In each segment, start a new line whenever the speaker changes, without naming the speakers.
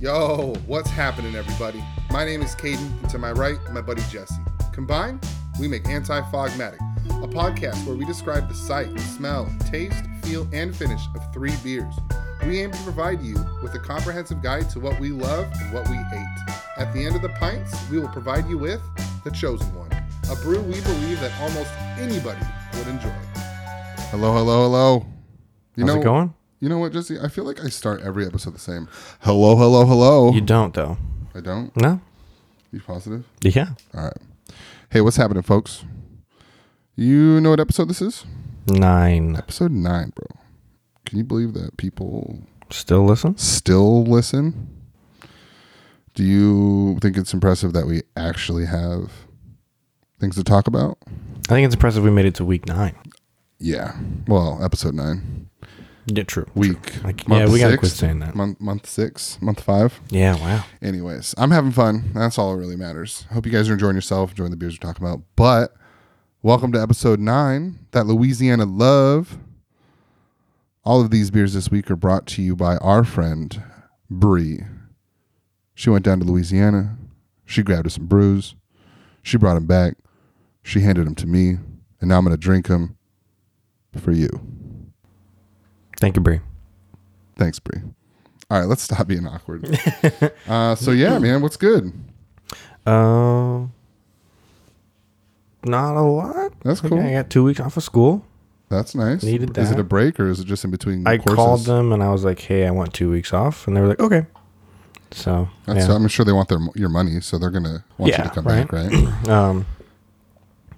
Yo, what's happening, everybody? My name is Caden, and to my right, my buddy Jesse. Combined, we make Anti Fogmatic, a podcast where we describe the sight, smell, taste, feel, and finish of three beers. We aim to provide you with a comprehensive guide to what we love and what we hate. At the end of the pints, we will provide you with The Chosen One, a brew we believe that almost anybody would enjoy. Hello, hello, hello. You
How's it going?
You know what, Jesse? I feel like I start every episode the same. Hello, hello, hello.
You don't though.
I don't.
No.
You positive?
Yeah.
All right. Hey, what's happening, folks? You know what episode this is?
Nine.
Episode nine, bro. Can you believe that people
Still listen?
still listen? Do you think it's impressive that we actually have things to talk about?
I think it's impressive we made it to week nine.
Yeah. Well, episode nine,
Yeah, true.
week,
Like,
Month
yeah, we gotta
six?
quit saying that.
month, month six, month five.
Yeah. Wow.
Anyways, I'm having fun. That's all that really matters. Hope you guys are enjoying yourself, enjoying the beers we're talking about. But welcome to episode nine, that Louisiana love. All of these beers this week are brought to you by our friend Bree. She went down to Louisiana. She grabbed us some brews. She brought them back. She handed them to me, and now I'm gonna drink them for you.
Thank you, Bree.
Thanks, Bree. All right, let's stop being awkward. uh, so yeah, man, what's good?
Um. Not a lot.
That's
Like,
cool.
I got two weeks off of school.
That's nice. Is
Needed
it a
that.
break or is it just in between
I
courses?
called them and I was like, "Hey, I want two weeks off," and they were like, "Okay." So
That's-
yeah.
I'm sure they want their your money, so they're gonna want you
Yeah,
to come
right.
back, right?
um,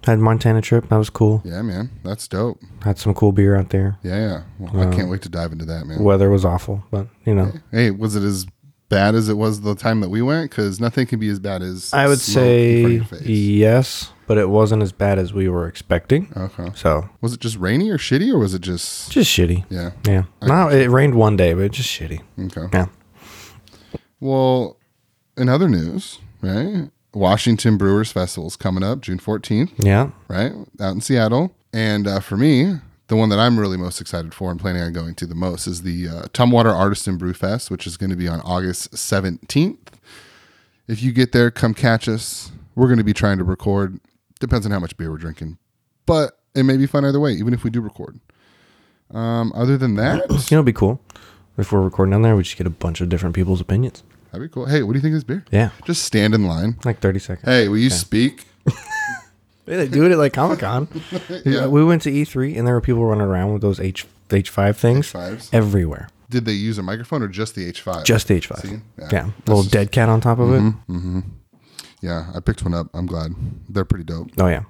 had Montana trip. That was cool.
yeah, man, that's dope.
Had some cool beer out there.
Yeah, yeah. Well, I can't wait to dive into that, man.
Weather was awful, but you know,
Hey, was it as bad as it was the time that we went? Because nothing can be as bad as
I would
smoke in
say
front of your face.
yes, but it wasn't as bad as we were expecting.
Okay.
So
Was it just rainy or shitty, or was it just
just shitty.
yeah?
Yeah. No, it rained one day, but just shitty.
Okay.
Yeah.
Well, in other news, right? Washington Brewers Festival's coming up June 14th.
Yeah.
right? Out in Seattle. And uh, for me, the one that I'm really most excited for and planning on going to the most is the uh, Tumwater Artisan Brew Fest, which is going to be on August 17th. If you get there, come catch us. We're going to be trying to record. Depends on how much beer we're drinking, but it may be fun either way, even if we do record. Um, other than that,
You know, it'd be cool if we're recording on there. We just get a bunch of different people's opinions.
that'd be cool. Hey, what do you think of this beer?
Yeah.
Just stand in line.
Like 30 seconds.
Hey, will you speak?
Yeah, they do it at like Comic Con. We went to E3 and there were people running around with those H, H5 things
H5s.
everywhere.
Did they use a microphone or just the H5?
Just the H5.
See?
Yeah.
Yeah.
Little dead cat on top of
Mm-hmm.
it.
yeah, I picked one up. I'm glad. They're pretty dope.
Oh, yeah.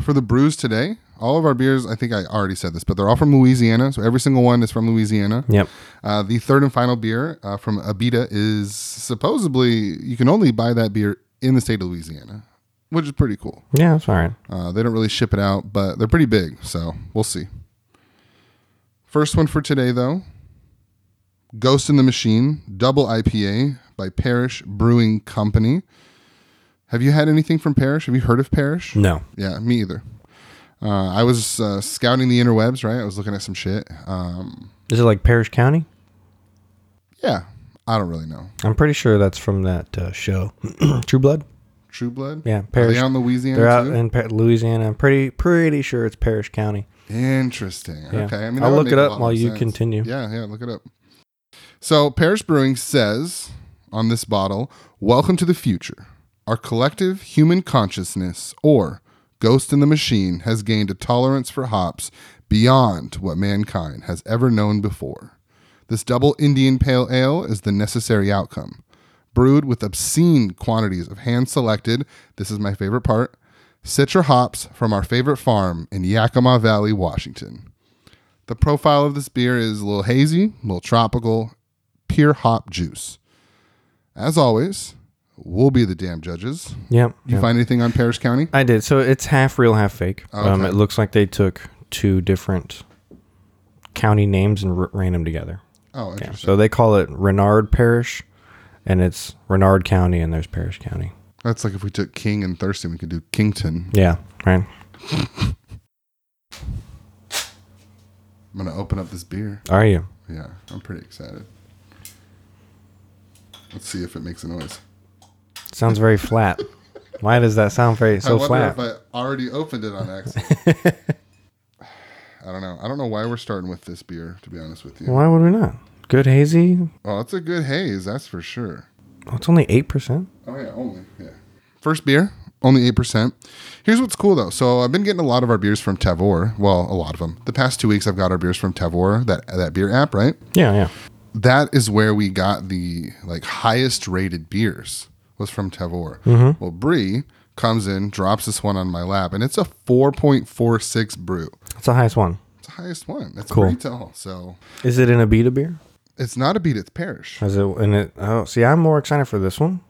for the brews today, all of our beers, I think I already said this, but they're all from Louisiana. So every single one is from Louisiana.
Yep.
Uh, the third and final beer uh, from Abita is supposedly, you can only buy that beer in the state of Louisiana, which is pretty cool.
Yeah, that's all right.
Uh, they don't really ship it out, but they're pretty big. So we'll see. First one for today, though Ghost in the Machine, double IPA by Parish Brewing Company. Have you had anything from Parish? Have you heard of Parish?
No.
Yeah, me either. Uh, I was uh, scouting the interwebs, right? I was looking at some shit. Um,
Is it like Parrish County?
yeah, I don't really know.
I'm pretty sure that's from that uh, show, True Blood.
True Blood?
Yeah,
Are
Parish.
they out in Louisiana
They're out
too?
in Pa- Louisiana. I'm pretty pretty sure it's Parrish County.
Interesting.
Yeah.
Okay. I
I'll
that would
look
make
it
a
up
lot
while
more
you continue.
Yeah, yeah, look it up. So, Parish Brewing says on this bottle Welcome to the future. Our collective human consciousness, or Ghost in the Machine, has gained a tolerance for hops beyond what mankind has ever known before. This double Indian Pale Ale is the necessary outcome. Brewed with obscene quantities of hand selected, this is my favorite part, Citra hops from our favorite farm in Yakima Valley, Washington. The profile of this beer is a little hazy, a little tropical, pure hop juice. As always, we'll be the damn judges.
Yep.
You find anything on Parrish County?
I did. So it's half real, half fake. Um,
Oh, okay.
it looks like they took two different county names and r- ran them together.
Oh, interesting.
So they call it Renard Parish, and it's Renard County, and there's Parish County.
That's like if we took King and Thurston, we could do Kington.
Yeah. Right.
I'm going to open up this beer.
Are you?
Yeah, I'm pretty excited. Let's see if it makes a noise.
Sounds very flat. Why does that sound very
I
so
wonder if
flat?
I already opened it on accident. I don't know. I don't know why we're starting with this beer, to be honest with you.
Why would we not? Good hazy.
Oh, it's a good haze, that's for sure.
Oh, it's only eight percent.
Oh yeah, only yeah. First beer, only eight percent. Here's what's cool though. So I've been getting a lot of our beers from Tavor. Well, a lot of them. The past two weeks, I've got our beers from Tavor, that that beer app, right?
Yeah, yeah.
That is where we got the like highest rated beers was from Tavor. Well, Bree comes in, drops this one on my lap, and it's a four point four six brew.
It's the highest one.
It's the highest one. That's
Cool.
pretty tall. So
Is it in a beta beer?
it's not a beat. It's perish.
Is it in it? Oh, see, I'm more excited for this one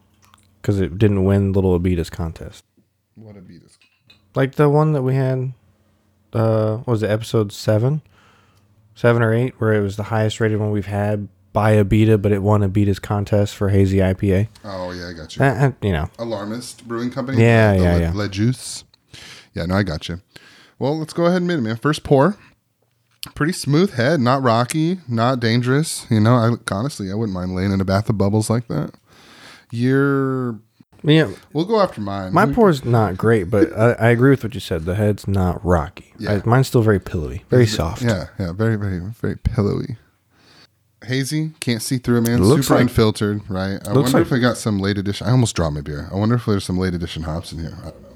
because it didn't win Little Abita's contest,
What a beat is.
like the one that we had. Uh, what was it episode seven, seven or eight, where it was the highest rated one we've had by Abita, but it won Abita's contest for hazy IPA.
Oh yeah, I got you.
Uh, uh, you know,
Alarmist Brewing Company.
Yeah,
the
yeah,
Le,
yeah.
Le Juice. Yeah, no, I got you. Well, let's go ahead and meet it, man. First pour. Pretty smooth head, not rocky, not dangerous. You know, I honestly, I wouldn't mind laying in a bath of bubbles like that. You're.
yeah.
We'll go after mine.
My pour's not great, but I, I agree with what you said. The head's not rocky.
Yeah.
I, mine's still very pillowy, very soft.
Yeah, yeah, very, very, very pillowy. Hazy, can't see through it, man.
Looks
Super
like-
unfiltered, right? I
looks
wonder if
like-
we got some late edition. I almost dropped my beer. I wonder if there's some late edition hops in here. I don't know.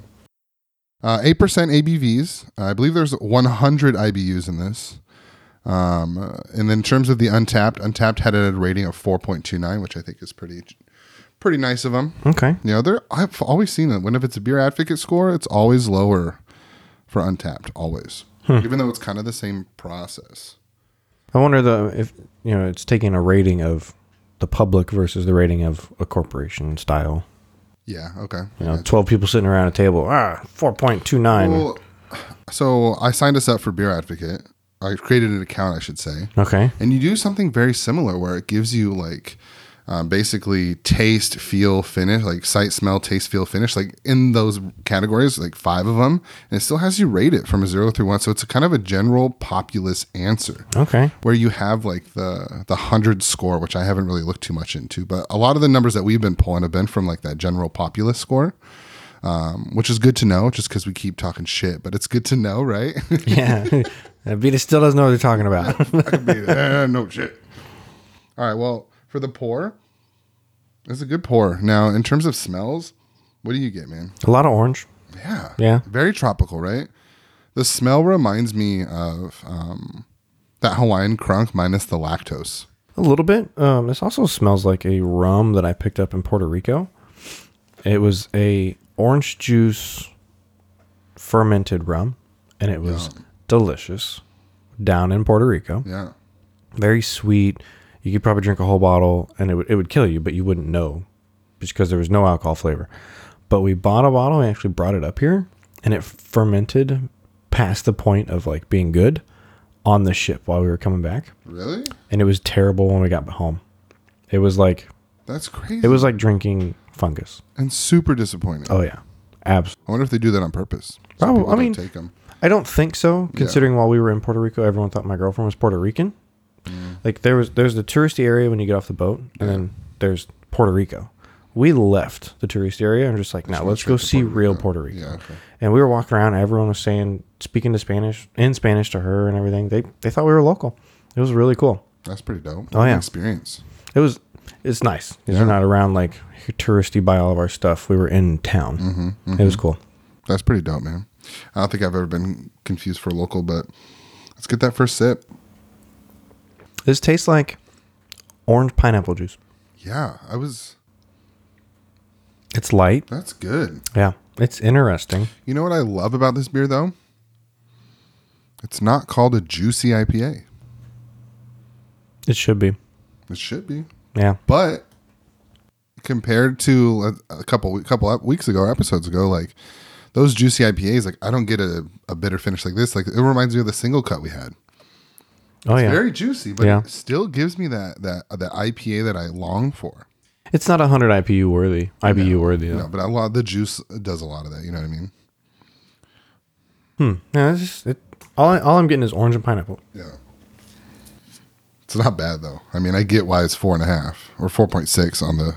Uh, 8% ABVs. I believe there's 100 IBUs in this. Um, uh, and then in terms of the untapped, untapped had a rating of 4.29, which I think is pretty, pretty nice of them.
Okay.
You know, they're, I've always seen that. When if it's a beer advocate score, it's always lower for untapped, always. Even though it's kind of the same process.
I wonder though if you know it's taking a rating of the public versus the rating of a corporation style.
Yeah, okay.
You know, twelve people sitting around a table. Ah, four point two nine.
Well, so I signed us up for Beer Advocate. I created an account, I should say.
okay.
And you do something very similar where it gives you like um, basically taste, feel, finish, like sight, smell, taste, feel, finish, like in those categories, like five of them. And it still has you rate it from a zero through one. So it's a kind of a general populace answer.
Okay.
where you have like the the hundred score, which I haven't really looked too much into, but a lot of the numbers that we've been pulling have been from like that general populace score, um, which is good to know, just because we keep talking shit. But it's good to know, right?
Yeah. Vita still doesn't know what they're talking about.
I could be, "Eh, no shit. All right. Well, for the pour, it's a good pour. Now, in terms of smells, what do you get, man?
a lot of orange.
Yeah.
Yeah.
Very tropical, right? The smell reminds me of um, that Hawaiian crunk minus the lactose.
A little bit. Um, this also smells like a rum that I picked up in Puerto Rico. It was a orange juice fermented rum, and it was delicious down in Puerto Rico.
Yeah.
Very sweet. You could probably drink a whole bottle, and it would it would kill you, but you wouldn't know because there was no alcohol flavor. But we bought a bottle. and actually brought it up here, and it fermented past the point of like being good on the ship while we were coming back
Really?
and it was terrible when we got home. It was like
That's crazy.
it was like drinking fungus.
and super disappointing.
Oh yeah, absolutely.
I wonder if they do that on purpose. So
Probably-
people
I
don't
mean-
take 'em.
I don't think so. Considering while we were in Puerto Rico, everyone thought my girlfriend was Puerto Rican. Like there was there's the touristy area when you get off the boat, and then there's Puerto Rico. We left the tourist area and just like, now let's go see real Puerto Rico.
Yeah. Okay.
And we were walking around. Everyone was saying, speaking to Spanish in Spanish to her and everything. They they thought we were local. It was really cool.
That's pretty dope.
Oh, yeah.
Experience.
It was. It's nice. 'cause You're not around like touristy by all of our stuff. We were in town. It was cool.
That's pretty dope, man. I don't think I've ever been confused for local, but let's get that first sip.
This tastes like orange pineapple juice.
Yeah, I was.
It's light.
That's good.
Yeah, it's interesting.
You know what I love about this beer, though? It's not called a juicy IPA.
It should be.
It should be,
Yeah,
but compared to a, a couple couple ep- weeks ago, or episodes ago, like those juicy IPAs, like I don't get a, a bitter finish like this. Like it reminds me of the single cut we had.
Oh yeah.
very juicy, but
Yeah.
it still gives me that that that IPA that I long for.
it's not hundred IPU worthy. IBU worthy.
No,
Though.
but a lot the juice does a lot of that. You know what I mean?
No, it's just, it, all, I, all I'm getting is orange and pineapple.
Yeah. It's not bad though. I mean, I get why it's four and a half or four point six on the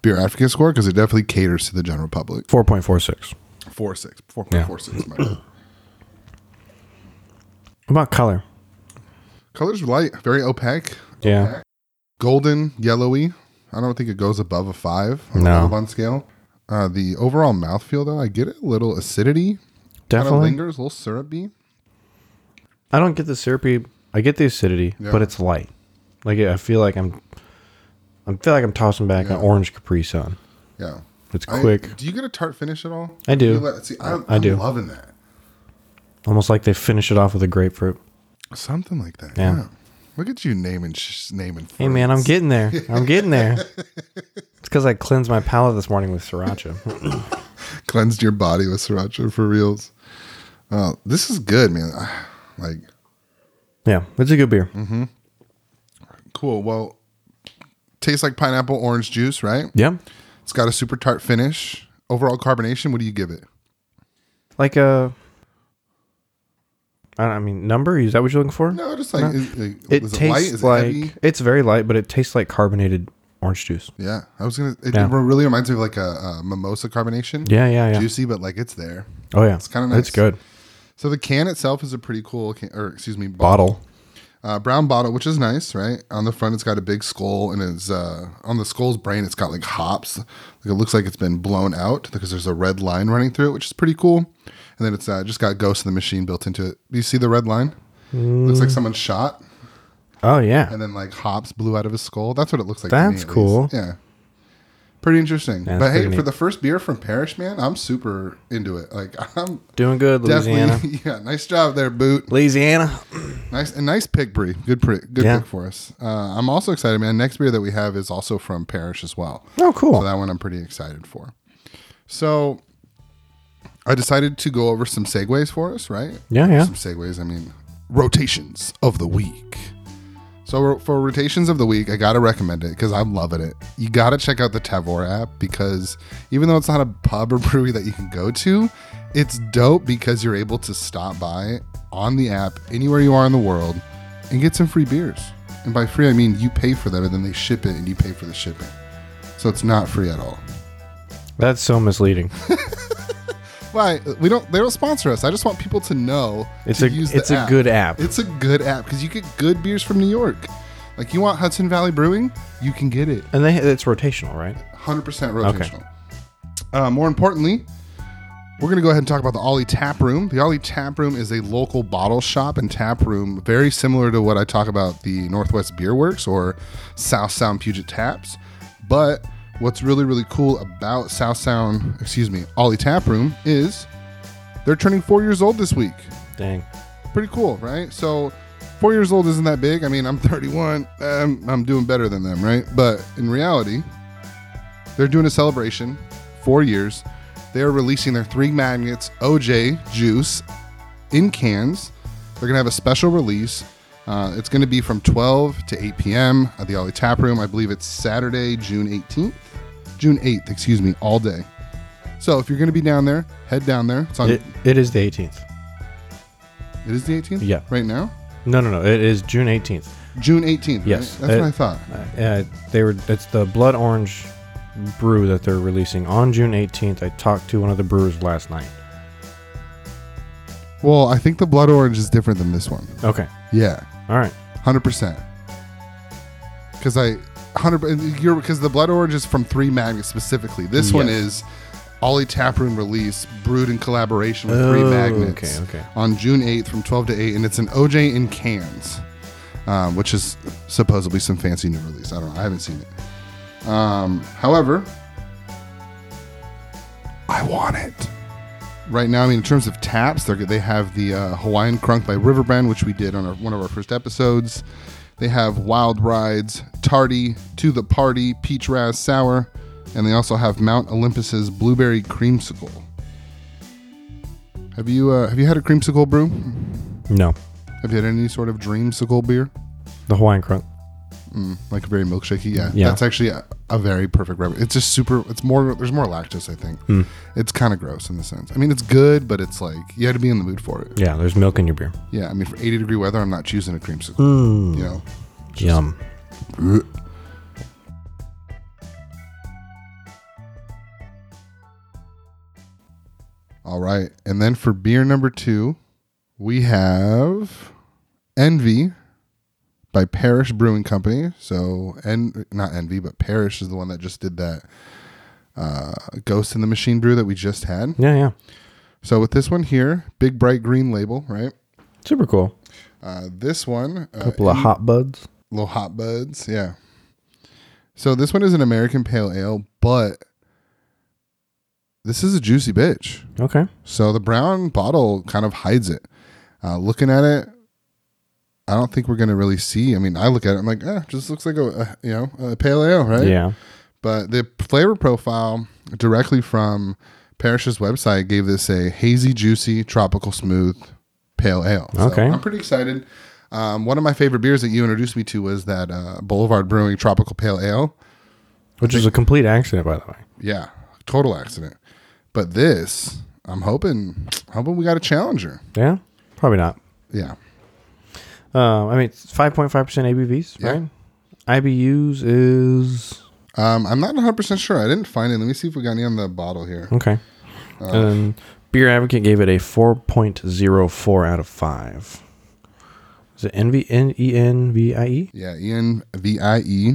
beer advocate score because it definitely caters to the general public.
4.46.
Four six, four point four six. my bad.
What about color?
Colors are light, very opaque,
Yeah.
golden, yellowy. I don't think it goes above a five on the
No.
Bourbon scale. Uh, the overall mouthfeel though, I get a little acidity. Kind of
Definitely.
lingers, a little syrupy.
I don't get the syrupy. I get the acidity,
Yeah.
but it's light. Like I feel like I'm, I feel like I'm tossing back an orange Capri Sun.
Yeah.
It's
I-
quick,
do you get a tart finish at all?
I do.
You let- see, I'm,
I
I'm
do.
loving that.
almost like they finish it off with a grapefruit.
Something like that. Yeah.
Yeah.
Look at you naming sh- naming.
Hey man, I'm getting there. I'm getting there. It's because I cleansed my palate this morning with sriracha.
cleansed your body with sriracha for reals. Oh, this is good, man. Ah, Like
yeah, it's a good beer.
Mm. cool. Well, tastes like pineapple orange juice, right?
Yeah,
It's got a super tart finish. Overall carbonation, what do you give it?
like uh, I don't- I mean number. Is that what you're looking for?
No, just like is, like,
It
is
tastes
it light? Is
like
it heavy?
it's very light, but it tastes like carbonated orange juice.
Yeah, I was gonna. It
Yeah.
really reminds me of like a, a mimosa carbonation.
Yeah, yeah, yeah.
juicy, but like it's there.
Oh yeah,
It's kinda
It's
nice.
good.
So the can itself is a pretty cool, can, or excuse me, bottle.
Bottle.
uh, brown bottle, which is nice, right? On the front, it's got a big skull, and it's uh, on the skull's brain, it's got like hops. Like it looks like it's been blown out because there's a red line running through it, which is pretty cool. And then it's uh, just got Ghost of the Machine built into it. Do you see the red line? Looks
Mm.
like someone shot,
Oh yeah.
and then like hops blew out of his skull. That's what it looks like. to me,
That's
at least.
cool.
Yeah, pretty interesting.
Yeah,
but
that's
hey,
pretty
for
neat.
the first beer from Parish, man, I'm super into it. Like I'm
Doing good, Louisiana.
definitely yeah. Nice job there, Boot.
Louisiana.
Nice and nice pick, Bree. Good, pri- good
Yeah.
pick for us. Uh, I'm also excited, man. Next beer that we have is also from Parish as well.
Oh, cool.
So that one I'm pretty excited for. So I decided to go over some segues for us, right?
yeah, yeah.
Some segues. I mean, rotations of the week. So ro- for rotations of the week, I gotta recommend it because I'm loving it. You gotta check out the Tavor app because even though it's not a pub or brewery that you can go to, it's dope because you're able to stop by on the app anywhere you are in the world and get some free beers. And by free, I mean you pay for them and then they ship it and you pay for the shipping. So it's not free at all.
That's so misleading.
Why we don't? They don't sponsor us. I just want people to know
It's
to
a
use the
it's a good app.
It's a good app because you get good beers from New York. Like you want Hudson Valley Brewing, you can get it.
and they it's rotational, right?
100% rotational. Uh, more importantly, we're going to go ahead and talk about the Ollie Tap Room. The Ollie Tap Room is a local bottle shop and tap room, very similar to what I talk about the Northwest Beer Works or South Sound Puget Taps. But what's really, really cool about South Sound, excuse me, Ollie Tap Room is they're turning four years old this week
Dang.
pretty cool, right? So, four years old isn't that big. I mean, I'm 31. Um, I'm doing better than them, right? But in reality, they're doing a celebration. Four years. They are releasing their three magnets OJ juice in cans. They're gonna have a special release. Uh, it's gonna be from 12 to 8 p.m. at the Ollie Tap Room. I believe it's Saturday, June 18th. June 8th, excuse me, all day. So if you're gonna be down there, head down there. It's on.
It, it is the 18th.
it is the 18th.
Yeah.
Right now.
No, no, no. It is June 18th.
June 18th.
Yes.
right? That's what
Uh,
I thought.
Uh, uh, they were it's the blood orange brew that they're releasing on June 18th. I talked to one of the brewers last night.
Well, I think the blood orange is different than this one.
Okay.
Yeah,
All right.
hundred percent. Because I hundred you're because the blood orange is from Three Magnets specifically. This one
Yes.
is Ollie Taproom release brewed in collaboration with Three
Oh,
Magnets.
okay, okay.
On June 8th from 12 to 8, and it's an OJ in cans, um, which is supposedly some fancy new release. I don't know. I haven't seen it. Um, however, I want it. Right now, I mean, in terms of taps, they're, they have the uh, Hawaiian Crunk by Riverbend, which we did on our, one of our first episodes. They have Wild Rides, Tardy, To the Party, Peach Raz Sour, and they also have Mount Olympus's Blueberry Creamsicle. Have you uh, have you had a creamsicle brew?
No.
Have you had any sort of dreamsicle beer?
The Hawaiian crunk.
Like very milkshakey, yeah.
Yeah.
That's actually a, a very perfect rubber. It's just super. It's more. There's more lactose, I think. It's kind of gross in the sense. I mean, it's good, but it's like you had to be in the mood for it.
Yeah, there's milk in your beer.
Yeah, I mean, for 80 degree weather, I'm not choosing a creamsicle. You know,
Yum.
All right. And then for beer number two, we have Envy by Parish Brewing Company. So, and not Envy, but Parish is the one that just did that uh, Ghost in the Machine brew that we just had.
Yeah, yeah.
So, with this one here, big bright green label, right?
Super cool.
Uh, this one, uh,
Couple of hot buds.
little hot buds. Yeah. So this one is an American pale ale, but this is a juicy bitch.
Okay.
So the brown bottle kind of hides it. Uh, looking at it, I don't think we're gonna really see. I mean, I look at it, I'm like, eh, just looks like a, a you know a pale ale, right?
Yeah.
But the flavor profile directly from Parrish's website gave this a hazy, juicy, tropical, smooth pale ale. So
Okay.
I'm pretty excited. Um, one of my favorite beers that you introduced me to was that uh, Boulevard Brewing Tropical Pale Ale.
Which is a complete accident, by the way.
Yeah, total accident. But this, I'm hoping, hoping we got a challenger.
Yeah. Probably not.
Yeah,
Uh, I mean, it's 5.5% ABVs,
Yeah.
right? IBUs is.
um, I'm not 100 percent sure. I didn't find it. Let me see if we got any on the bottle here.
Okay.
Uh,
and Beer Advocate gave it a 4.04 out of 5. Is it N-V- N-E-N-V-I-E?
Yeah, E N V I E.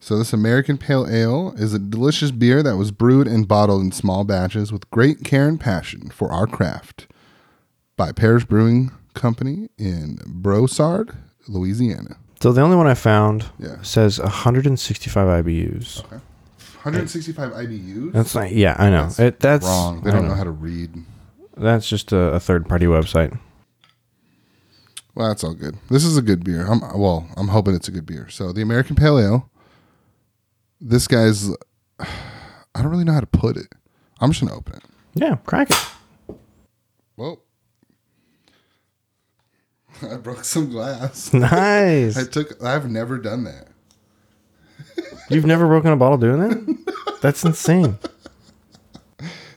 So this American Pale Ale is a delicious beer that was brewed and bottled in small batches with great care and passion for our craft by Parish Brewing Company in Brosard, Louisiana.
So the only one I found
Yeah.
says 165 IBUs.
165 IBUs.
That's not, yeah, I know.
That's
it, that's
wrong. They
I
don't know.
know.
how to read.
That's just a, a third party website.
Well, that's all good. This is a good beer. I'm well, I'm hoping it's a good beer. So the American Pale Ale. This guy's I don't really know how to put it. I'm just gonna open it.
Yeah, crack it.
Well, I broke some glass. I
Nice.
took. I've never done that.
You've never broken a bottle doing that? That's insane.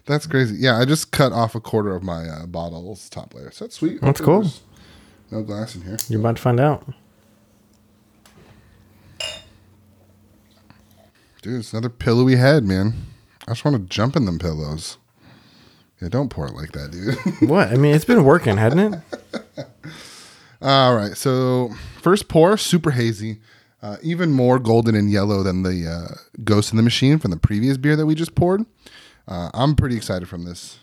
That's crazy. Yeah, I just cut off a quarter of my uh, bottle's top layer. So that's sweet.
That's
Hopefully
cool.
there's No glass in here.
You're about to find out.
Dude, it's another pillowy head, man. I just want to jump in them pillows. Yeah, don't pour it like that, dude.
What? I mean, it's been working, hasn't it?
All right. So first pour, super hazy, uh, even more golden and yellow than the uh, Ghost in the Machine from the previous beer that we just poured. Uh, I'm pretty excited from this.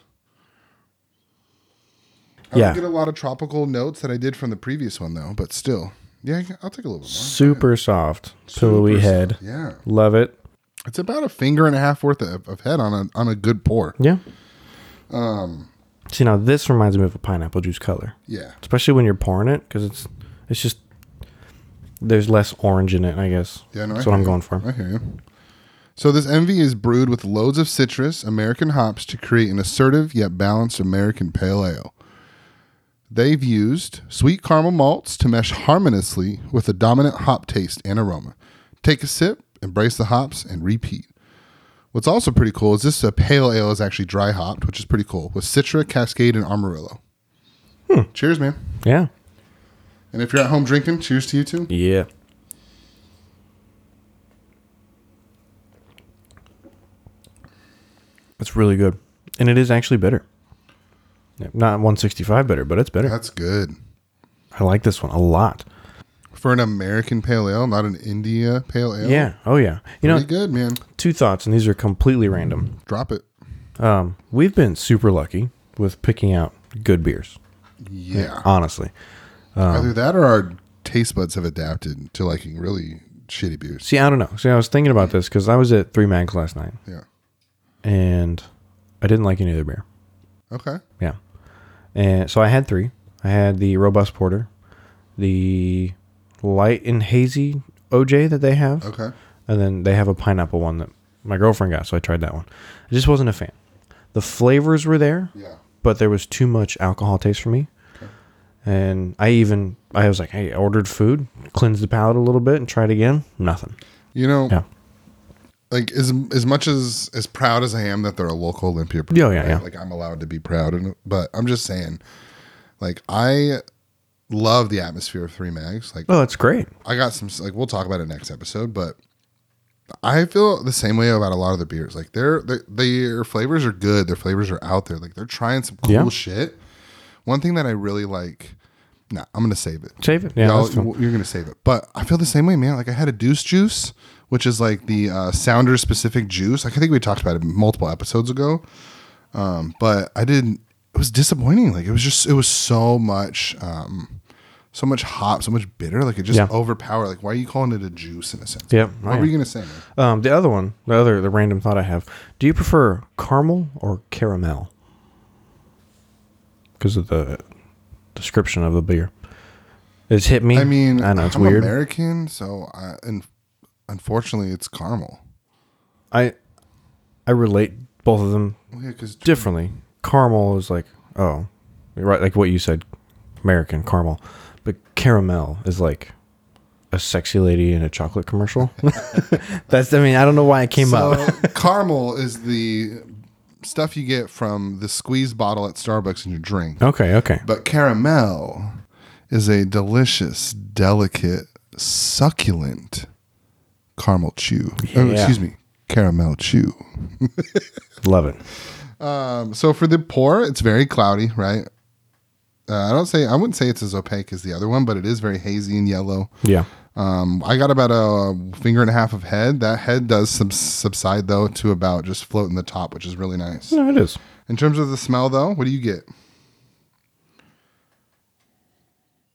I
Yeah.
don't get a lot of tropical notes that I did from the previous one though, but still, yeah, I'll take a little bit more.
Super soft, pillowy
Super
head.
soft, Yeah,
Love it.
it's about a finger and a half worth of, of head on a on a good pour.
Yeah. Um.
Um,
See now, this reminds me of a pineapple juice color,
Yeah,
especially when you're pouring it, because it's it's just there's less orange in it. I guess.
Yeah, no,
That's
I
what I'm
hear
going
you.
for.
I hear you. So this envy is brewed with loads of citrus, American hops to create an assertive yet balanced American pale ale. They've used sweet caramel malts to mesh harmoniously with a dominant hop taste and aroma. Take a sip, embrace the hops, and repeat. What's also pretty cool is this uh, pale ale is actually dry hopped, which is pretty cool, with Citra, Cascade, and Amarillo. Cheers, man.
Yeah.
And if you're at home drinking, cheers to you too.
Yeah. It's really good, and it is actually better. Yeah, Not 165 better, but it's better.
That's good.
I like this one a lot.
for an American pale ale, not an India pale ale.
Yeah. Oh yeah. You know,
pretty good, man.
two thoughts, and these are completely random.
Drop it.
Um, we've been super lucky with picking out good beers.
Yeah,
Honestly, uh,
either that or our taste buds have adapted to liking really shitty beers.
see, I don't know. See, I was thinking about this because I was at Three Mags last night,
Yeah.
and I didn't like any other beer.
Okay.
Yeah, and so I had three. I had the robust porter, the light and hazy OJ that they have,
Okay.
and then they have a pineapple one that my girlfriend got. So I tried that one. I just wasn't a fan. The flavors were there,
Yeah.
but there was too much alcohol taste for me. And I even I was like, hey, I ordered food, cleanse the palate a little bit, and try it again. Nothing.
You know,
Yeah.
like as as much as as proud as I am that they're a local Olympia.
Oh, Yeah, yeah, yeah.
Like I'm allowed to be proud, and but I'm just saying, like I love the atmosphere of Three Mags. Like
Oh, it's great.
I got some like we'll talk about it next episode, but I feel the same way about a lot of the beers. Like their their, their flavors are good. Their flavors are out there. Like they're trying some cool
Yeah.
shit. One thing that I really like. Nah, I'm gonna save it.
Save it. Yeah,
Y'all,
that's fun.
you're gonna save it. But I feel the same way, man. Like I had a Deuce Juice, which is like the uh, Sounder specific juice. Like I think we talked about it multiple episodes ago. Um, but I didn't. It was disappointing. Like it was just. It was so much. Um, so much hop, so much bitter. Like it just
Yeah.
overpowered. Like why are you calling it a juice in a sense?
Yep.
What were you gonna say? Man?
Um, the other one, the other, the random thought I have: Do you prefer caramel or caramel? Because of the description of the beer, it's hit me.
I mean,
I know it's
am
weird.
American, so I, and unfortunately, it's caramel.
I I relate both of them
Well, yeah, because
differently. Caramel is like oh, you're right, like what you said, American caramel, but caramel is like a sexy lady in a chocolate commercial. That's I mean I don't know why it came up.
So caramel is the stuff you get from the squeeze bottle at Starbucks in your drink.
Okay, okay.
But caramel is a delicious, delicate, succulent caramel chew. Oh,
Yeah.
excuse me, caramel chew.
Love it.
Um, so for the pour, it's very cloudy, right? Uh, I don't say I wouldn't say it's as opaque as the other one, but it is very hazy and yellow.
Yeah.
Um, I got about a finger and a half of head. That head does subs- subside though to about just floating the top, which is really nice.
No, it is.
In terms of the smell, though, what do you get?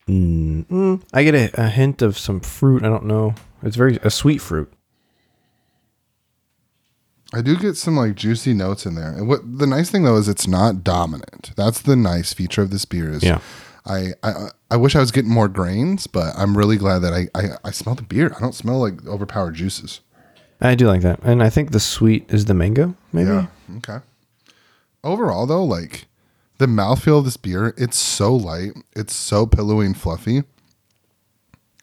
Mm, I get a, a hint of some fruit. I don't know. It's very a sweet fruit.
I do get some like juicy notes in there. And what the nice thing though is it's not dominant. That's the nice feature of this beer is.
Yeah.
I I, I wish I was getting more grains, but I'm really glad that I, I I smell the beer. I don't smell like overpowered juices.
I do like that, and I think the sweet is the mango. Maybe.
Mm, Okay. Overall though, like the mouthfeel of this beer, it's so light. It's so pillowy and fluffy.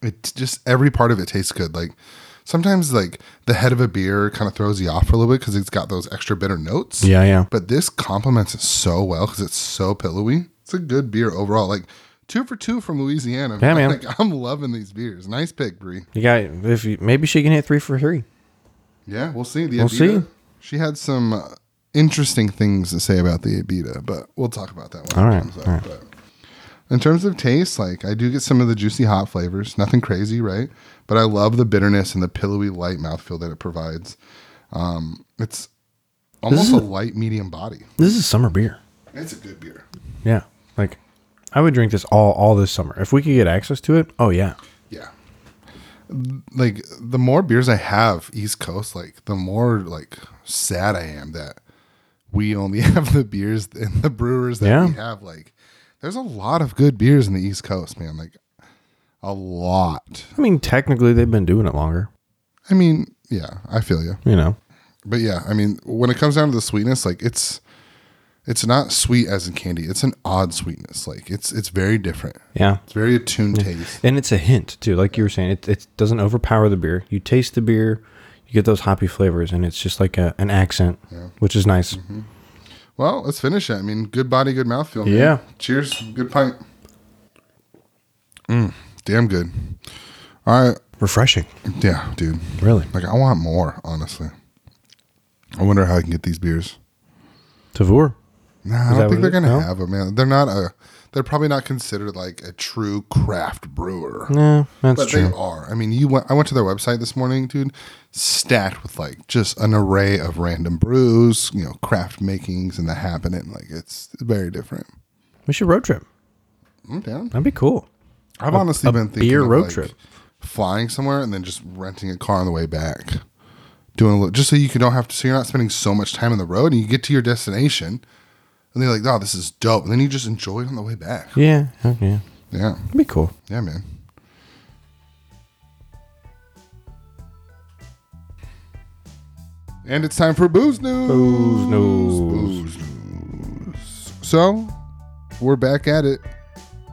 It's just every part of it tastes good. Like sometimes like the head of a beer kind of throws you off for a little bit because it's got those extra bitter notes.
Yeah, yeah.
But this complements it so well because it's so pillowy. It's a good beer overall. Like two for two from Louisiana.
Yeah, man.
Like, I'm loving these beers. Nice pick, Bree.
You got if you, maybe she can hit three for three.
Yeah, we'll see. The
We'll
Abita,
see.
She had some uh, interesting things to say about the Abita, but we'll talk about that when
All
it
right,
comes up.
all right.
But in terms of taste, like I do get some of the juicy hot flavors. Nothing crazy, right? But I love the bitterness and the pillowy light mouthfeel that it provides. Um, it's almost a light medium body.
This is summer beer.
It's a good beer.
Yeah, like I would drink this all all this summer if we could get access to it. Oh yeah,
Yeah. Like the more beers I have East Coast, like the more like sad I am that we only have the beers and the brewers that we
Yeah.
have. Like there's a lot of good beers in the East Coast, man. Like a lot.
I mean technically they've been doing it longer.
I mean, yeah, I feel you.
You know.
But yeah, I mean, when it comes down to the sweetness, like it's it's not sweet as in candy. It's an odd sweetness. Like it's it's very different.
Yeah.
It's very attuned taste.
And it's a hint too, like you were saying. It, it doesn't overpower the beer. You taste the beer, you get those hoppy flavors, and it's just like a, an accent, which is nice.
Mm-hmm. Well, let's finish it. I mean, good body, good mouthfeel. man.
Yeah.
Cheers. Good pint. Mm, damn good. All right.
Refreshing,
Yeah, dude.
really.
Like, I want more, honestly. I wonder how I can get these beers.
Tavour.
No, I
that
don't think
what
they're
it
going to
is? No?
have them, man. They're not a, they're probably not considered like a true craft brewer.
Yeah, that's
But
true.
they are. I mean, you went. I went to their website this morning, dude. Stacked with like just an array of random brews, you know, craft makings, and the happening. Like it's very different.
We should road trip.
I'm down.
That'd be cool.
I've honestly been thinking
beer
of,
road
like,
trip.
flying somewhere and then just renting a car on the way back, doing a little just so you can don't have to. So you're not spending so much time on the road, and you get to your destination, and they're like, "Oh, this is dope," and then you just enjoy it on the way back.
Yeah, yeah, yeah.
Yeah,
That'd be cool.
yeah, man. And it's time for booze news.
Booze news.
Booze news. So, we're back at it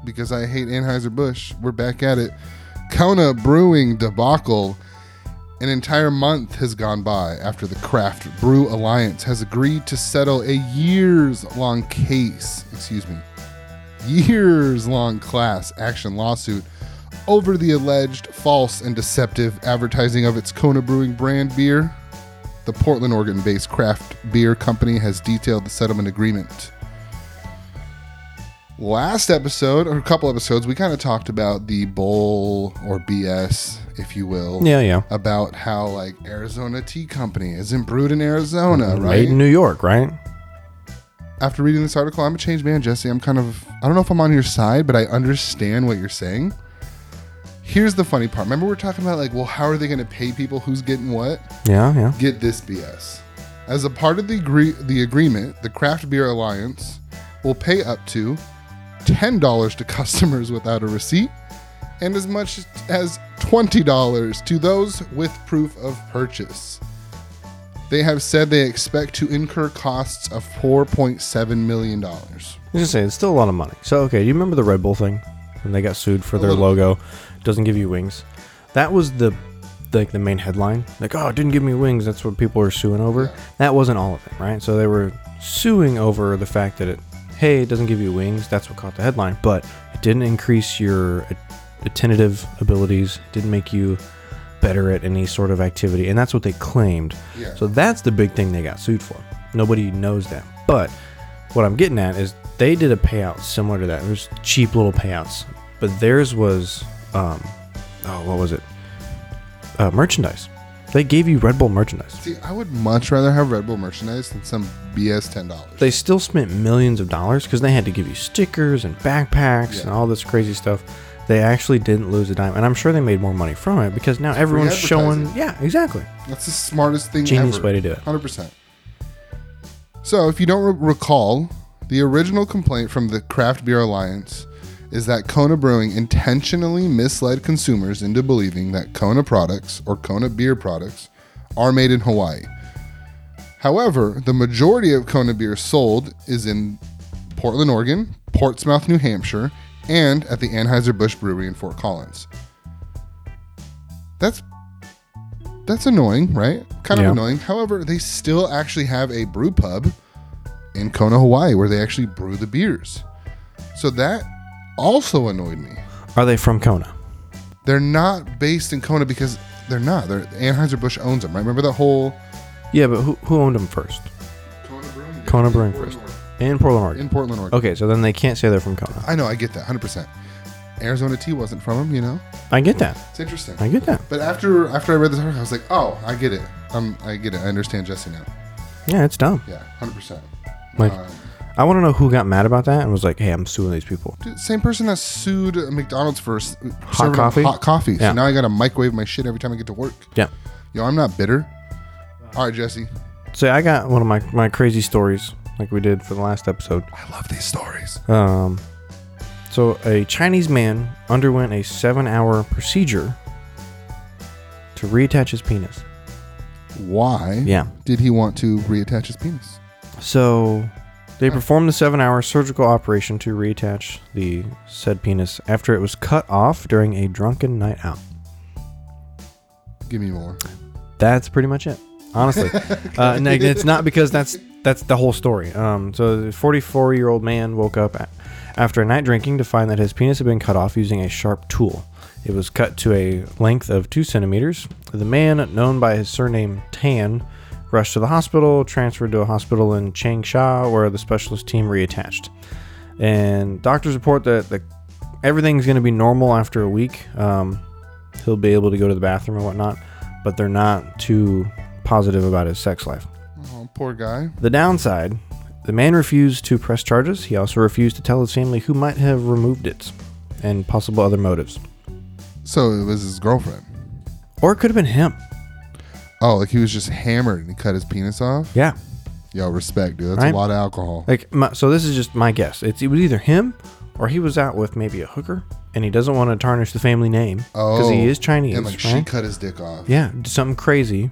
because I hate Anheuser-Busch. We're back at it. Kona Brewing debacle. An entire month has gone by after the Craft Brew Alliance has agreed to settle a years long case, excuse me, years long class action lawsuit over the alleged false and deceptive advertising of its Kona Brewing brand beer. The Portland, Oregon based craft beer company has detailed the settlement agreement. Last episode, or a couple episodes, we kind of talked about the bowl or BS, if you will.
Yeah, yeah.
About how, like, Arizona Tea Company isn't brewed in Arizona,
Made
right?
in New York, right?
after reading this article, I'm a changed man, Jesse. I'm kind of, I don't know if I'm on your side, but I understand what you're saying. Here's the funny part. Remember, we we're talking about, like, well, how are they going to pay people who's getting what?
Yeah, yeah.
Get this BS. As a part of the, agree- the agreement, the Craft Beer Alliance will pay up to $10 to customers without a receipt and as much as $20 to those with proof of purchase. They have said they expect to incur costs of $4.7 million.
I was just saying, it's still a lot of money. So, okay, do you remember the Red Bull thing when they got sued for their
little
logo? Doesn't give you wings. That was the like the main headline. Like, oh, it didn't give me wings. That's what people were suing over. That wasn't all of it, right? So they were suing over the fact that it, hey, it doesn't give you wings. That's what caught the headline, but it didn't increase your a- attentive abilities. It didn't make you better at any sort of activity, and that's what they claimed.
Yeah.
So that's the big thing they got sued for. Nobody knows that. But what I'm getting at is they did a payout similar to that. It was cheap little payouts, but theirs was, um, oh, what was it? Uh, merchandise. They gave you Red Bull merchandise.
See, I would much rather have Red Bull merchandise than some BS $10.
They still spent millions of dollars because they had to give you stickers and backpacks and
Yeah.
all this crazy stuff. They actually didn't lose a dime, and I'm sure they made more money from it because now everyone's showing. Yeah, exactly.
That's the smartest thing
Genius
ever.
way to do it.
100%. So, if you don't re- recall, the original complaint from the Craft Beer Alliance is that Kona Brewing intentionally misled consumers into believing that Kona products or Kona beer products are made in Hawaii. However, the majority of Kona beer sold is in Portland, Oregon, Portsmouth, New Hampshire, and at the Anheuser-Busch Brewery in Fort Collins. That's that's annoying, right? Kind of
Yeah.
annoying. However, they still actually have a brew pub in Kona, Hawaii, where they actually brew the beers. So that also annoyed me.
Are they from Kona?
They're not based in Kona because they're not. They're Anheuser-Busch owns them, right? Remember that whole
Yeah, but who, who owned them first?
Kona Brewing?
Kona Brewing first. In Portland, Oregon.
In Portland, Oregon.
Okay, so then they can't say they're from Kona.
I know, I get that, hundred percent. Arizona tea wasn't from him, you know.
I get that.
It's interesting.
I get that.
But after after I read this article, I was like, oh, I get it. Um, I get it. I understand Jesse now.
Yeah, it's dumb.
Yeah, hundred percent. Uh,
Like, I want to know who got mad about that and was like, "Hey, I'm suing these people."
Dude, Same person that sued McDonald's for s- serving up
coffee?
Hot coffee. So
Yeah.
now I gotta microwave my shit every time I get to work.
Yeah.
Yo, I'm not bitter. All right, Jesse.
So I got one of my my crazy stories, like we did for the last episode.
I love these stories.
Um, so a Chinese man underwent a seven-hour procedure to reattach his penis.
Why
Yeah.
did he want to reattach his penis?
So they performed the seven hour surgical operation to reattach the said penis after it was cut off during a drunken night out.
Give me more.
That's pretty much it. Honestly, uh, no, it's not because that's that's the whole story. Um, so the 44 year old man woke up a- after a night drinking to find that his penis had been cut off using a sharp tool. It was cut to a length of two centimeters. The man, known by his surname Tan, rushed to the hospital, transferred to a hospital in Changsha, where the specialist team reattached. And doctors report that the, everything's going to be normal after a week. Um, he'll be able to go to the bathroom and whatnot, but they're not too positive about his sex life.
Oh, poor guy.
The downside the man refused to press charges. He also refused to tell his family who might have removed it and possible other motives.
So it was his girlfriend.
Or it could have been him.
Oh, like he was just hammered and he cut his penis off.
Yeah.
Yo, respect, dude. That's
Right?
a lot of alcohol.
Like, my, so this is just my guess. It's, it was either him or he was out with maybe a hooker and he doesn't want to tarnish the family name because he
Oh,
is Chinese.
and like she
right?
cut his dick off.
yeah, something crazy,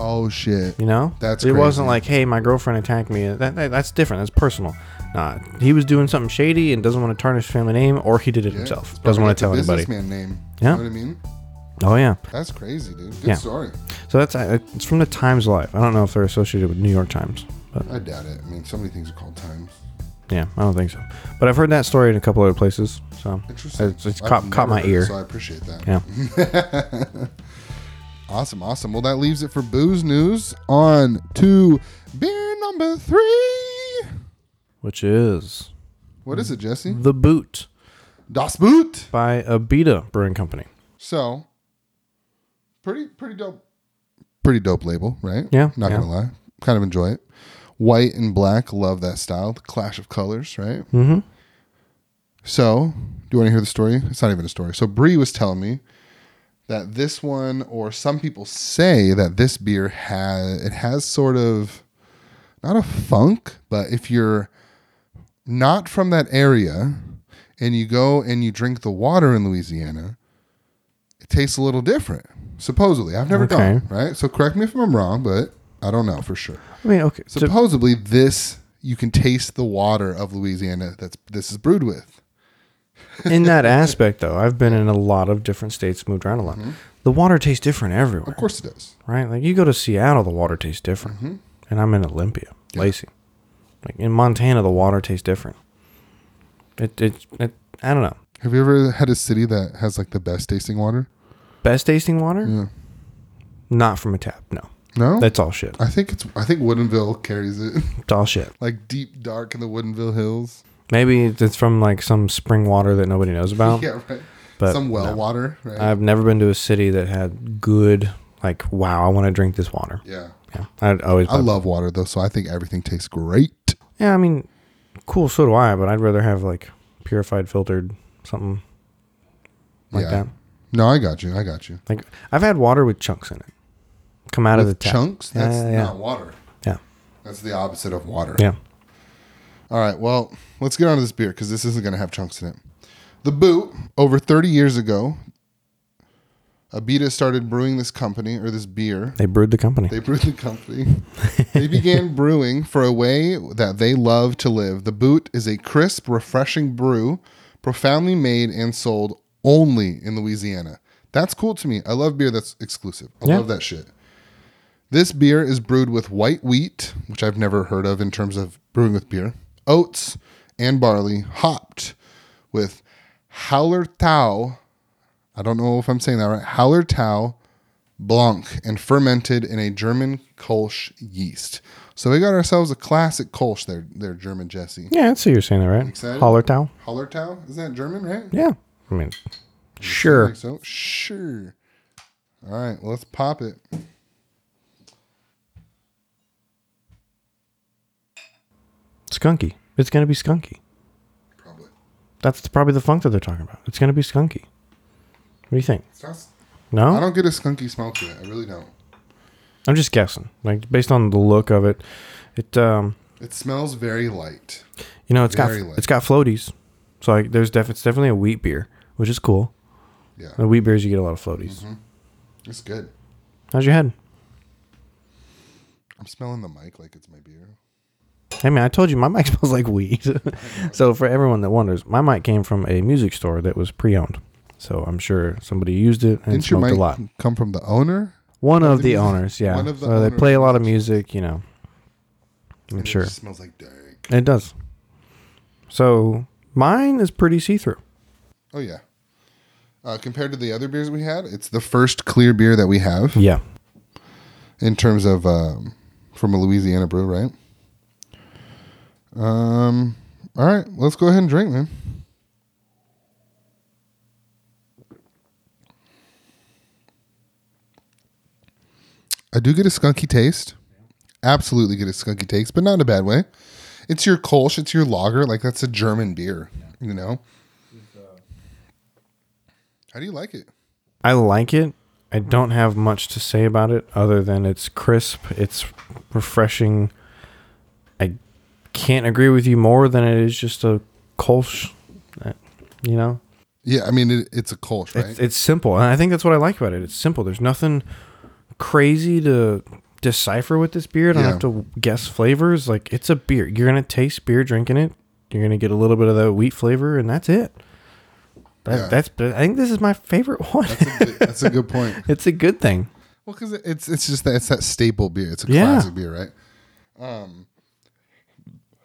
Oh shit.
you know?
That's
it wasn't
crazy.
like, hey, my girlfriend attacked me. That, that- that's different. That's personal. Nah, he was doing something shady and doesn't want to tarnish family name, or he did it
Yeah, it's
himself.
probably
Doesn't want
like
to tell
the
anybody.
Businessman name.
Yeah.
You know what I mean?
Oh yeah.
That's crazy, dude. Good
Yeah.
story.
So that's uh, it's from the Times Life. I don't know if they're associated with New York Times, but
I doubt it. I mean, so many things are called times.
Yeah, I don't think so. But I've heard that story in a couple other places. So It's, it's
I've
caught,
never
caught my
heard it,
ear.
So I appreciate that.
Yeah.
Awesome, awesome. Well, that leaves it for booze news. On to beer number three.
Which is
What is it, Jesse?
The Boot
Das Boot.
by Abita Brewing Company.
So, pretty pretty dope. Pretty dope label, right?
Yeah,
Not
yeah.
gonna lie, kind of enjoy it. White and black, love that style. The clash of colors, right?
Mm-hmm.
So, do you want to hear the story? It's not even a story. So, Bree was telling me that this one, or some people say that this beer has it has sort of not a funk, but if you're not from that area and you go and you drink the water in Louisiana, it tastes a little different. Supposedly, I've never
Okay.
done right. So, correct me if I'm wrong, but I don't know for sure.
I mean, okay. So,
Supposedly, this you can taste the water of Louisiana that's this is brewed with.
in that aspect, though, I've been in a lot of different states, moved around a lot. The water tastes different everywhere,
Mm-hmm. Of course it does.
right? Like you go to Seattle, the water tastes different.
Mm-hmm.
And I'm in Olympia, Lacey. Like in Montana, the water tastes different. It, it, it, I don't know.
Have you ever had a city that has like the best tasting water?
Best tasting water?
Yeah.
Not from a tap, no.
No.
That's all shit.
I think it's I think Woodinville carries it.
It's all shit.
like deep dark in the Woodinville Hills.
Maybe it's from like some spring water that nobody knows about.
yeah, right.
but
Some well
no.
water, right?
I've never been to a city that had good, like, wow, I want to drink this water.
yeah.
Yeah. I'd always,
I love water though, so I think everything tastes great.
yeah, I mean, cool, so do I, but I'd rather have like purified, filtered, something like
Yeah.
that.
No, I got you. I got you.
Like, I've had water with chunks in it come out of the
With
tap.
chunks? That's
Yeah, yeah.
not water.
Yeah.
That's the opposite of water.
Yeah.
All right, well, let's get on to this beer because this isn't going to have chunks in it. The Boot, over 30 years ago, Abita started brewing this company or this beer.
They brewed the company.
They brewed the company. they began brewing for a way that they love to live. The Boot is a crisp, refreshing brew, profoundly made and sold only in Louisiana. That's cool to me. I love beer that's exclusive. I
Yeah.
love that shit. This beer is brewed with white wheat, which I've never heard of in terms of brewing with beer, oats, and barley, hopped with Howler Tau. I don't know if I'm saying that right. Howler Tau Blanc and fermented in a German Kolsch yeast. So we got ourselves a classic Kolsch there, there, German Jesse.
yeah, I see you're saying that, right?
Excited?
Hollertau.
Hallertau? Isn't that German, right?
Yeah. I mean,
I
sure.
think so. Sure. All right, well, let's pop it.
Skunky. It's going to be skunky.
Probably.
That's probably the funk that they're talking about. It's going to be skunky. What do you think?
It's not- I
No?
don't get a skunky smell to it. I really don't.
I'm just guessing. Like based on the look of it, it um
It smells very light.
you know, it's got
Very light.
it's got floaties. So like there's def- it's definitely a wheat beer, which is cool.
Yeah,
The wheat beers you get a lot of floaties.
Mm-hmm. it's good.
How's your head?
I'm smelling the mic like it's my beer.
Hey man, I told you my mic smells like weed. so for everyone that wonders, my mic came from a music store that was pre-owned. So I'm sure somebody used it and
Didn't your
smoked
mic
a lot.
come from the owner?
One of the
music-
owners, yeah.
one of the
so they
owners
play a lot of music, you know. I'm
And
sure.
It just smells like dank.
It does. So mine is pretty see through.
Oh yeah. Uh, compared to the other beers we had, it's the first clear beer that we have
Yeah.
in terms of um, from a Louisiana brew, right? Um. All right, let's go ahead and drink, man. I do get a skunky taste. Absolutely get a skunky taste, but not in a bad way. It's your Kolsch, it's your lager. Like, that's a German beer, you know? How do you like it?
I like it. I don't have much to say about it other than it's crisp, it's refreshing. I can't agree with you more than it is just a Kolsch. uh, You know,
Yeah, I mean, it, it's a Kolsch, right?
it's, it's simple. And I think that's what I like about it. It's simple. There's nothing crazy to decipher with this beer. I don't
Yeah.
have to guess flavors. Like, it's a beer. You're going to taste beer drinking it. You're going to get a little bit of that wheat flavor, and that's it. That,
Yeah.
That's. I think this is my favorite one.
that's, a good, that's a good point.
it's a good thing.
Well, because it's it's just that it's that staple beer. It's a
Yeah.
classic beer, right? Um,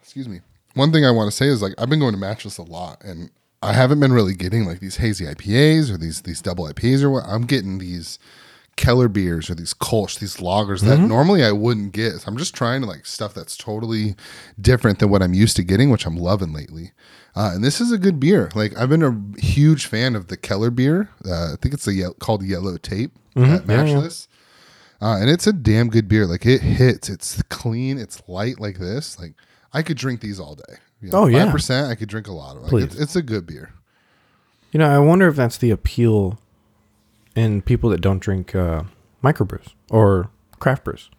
excuse me. one thing I want to say is like I've been going to Matchless a lot, and I haven't been really getting like these hazy IPAs or these these double IPAs or what. I'm getting these Keller beers or these Kolsch, these lagers that normally I wouldn't get. So I'm just trying to like stuff that's totally different than what I'm used to getting, which I'm loving lately. Uh, and this is a good beer. Like I've been a huge fan of the Keller beer. Uh, I think it's a ye- called Yellow Tape at Matchless. Uh, and it's a damn good beer. Like it hits. It's clean. It's light like this. Like I could drink these all day. You
Oh, yeah.
percent. I could drink a lot of. Like,
Please.
it's, it's a good beer.
You know, I wonder if that's the appeal in people that don't drink uh, microbrews or craft brews.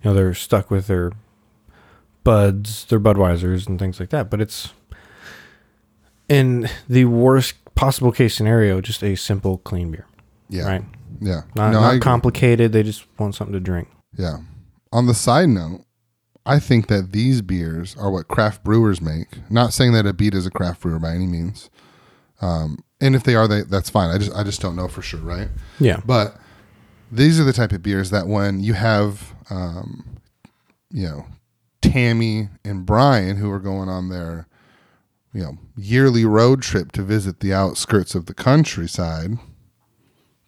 You know, they're stuck with their buds, their Budweisers, and things like that. But it's in the worst possible case scenario, just a simple clean beer,
Yeah.
right?
Yeah.
Not,
No, I
not
agree.
complicated. They just want something to drink.
Yeah. On the side note, I think that these beers are what craft brewers make. Not saying that Abita is a craft brewer by any means. Um, and if they are, they, that's fine. I just I just don't know for sure, right?
Yeah.
But these are the type of beers that when you have, um, you know, Tammy and Brian who are going on their, you know, yearly road trip to visit the outskirts of the countryside,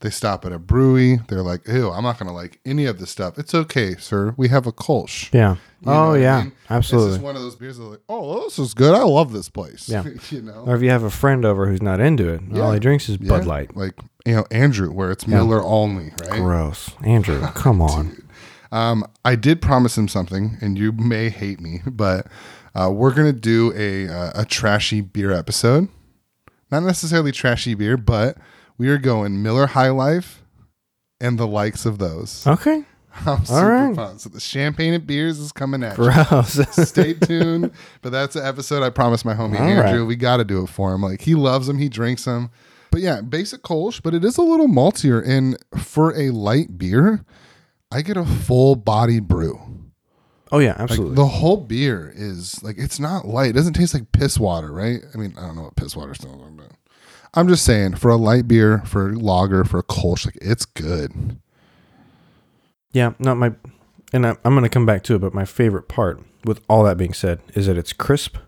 they stop at a brewery. They're like, "Ew, I'm not gonna like any of this stuff." It's okay, sir. We have a Kolsch.
Yeah.
You know
oh,
what I
yeah.
mean? It's just
Absolutely.
one of those beers that are like, "Oh, this is good. I love this place."
Yeah.
you know.
Or if you have a friend over who's not into it, all
Yeah.
he drinks is
Yeah.
Bud Light.
Like you know, Andrew, where it's Miller only, right?
Gross. Andrew, come on.
Um, I did promise him something, and you may hate me, but uh, we're gonna do a uh, a trashy beer episode. Not necessarily trashy beer, but we are going Miller High Life and the likes of those.
Okay.
I'm super
right.
pumped. So the champagne and beers is coming at you.
Gross.
Stay tuned. But that's the episode I promised my homie
All
Andrew.
right.
We got to do it for him. Like he loves them, he drinks them. But yeah, basic Kolsch, but it is a little maltier. And for a light beer, I get a full body brew.
oh yeah,
Like
absolutely.
the whole beer is like it's not light. It doesn't taste like piss water, right? I mean, I don't know what piss water smells like, but I'm just saying for a light beer, for a lager, for a Kolsch, like it's good.
yeah, no, my, and I, I'm going to come back to it, but my favorite part, with all that being said, is that it's crisp,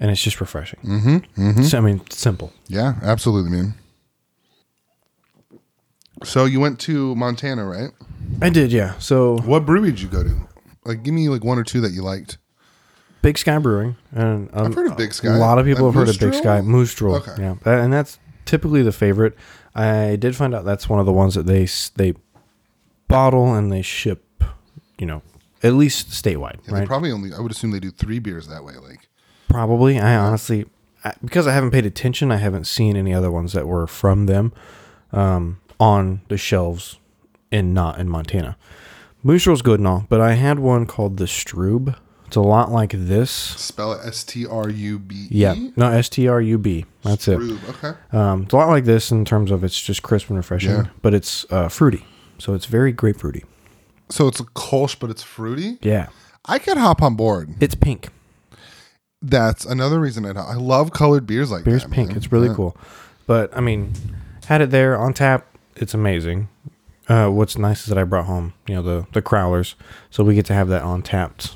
and it's just refreshing.
Mm-hmm. Mm-hmm.
So, I mean, simple.
Yeah, absolutely, man. So you went to Montana, right?
I did, yeah. So
What brewery did you go to? Like, give me like one or two that you liked.
Big Sky Brewing, and um,
I've heard of Big Sky.
A lot of people
Like
have heard
Moose
of Big
Drool?
Sky Moose Drool.
Okay.
Yeah, That- and that's typically the favorite. I did find out that's one of the ones that they s- they bottle and they ship, you know, at least statewide,
Yeah,
right?
They probably only. I would assume they do three beers that way. Like,
Probably. I honestly, I, because I haven't paid attention, I haven't seen any other ones that were from them um, on the shelves and not in Montana. Moose Roll's good and all, but I had one called the Strube. It's a lot like this.
spell it S T R U B E.
Yeah. No, S T R U B. That's it.
Rube. Okay.
Um, it's a lot like this in terms of it's just crisp and refreshing,
Yeah.
but it's uh, fruity. So it's very grapefruity.
So it's a Kolsch, but it's fruity.
Yeah.
I could hop on board.
It's pink.
That's another reason I I love colored beers like
Beer's
that.
pink.
man.
It's really
Yeah.
cool. But I mean, had it there on tap. It's amazing. Uh, what's nice is that I brought home, you know, the the crowlers, so we get to have that on tapped,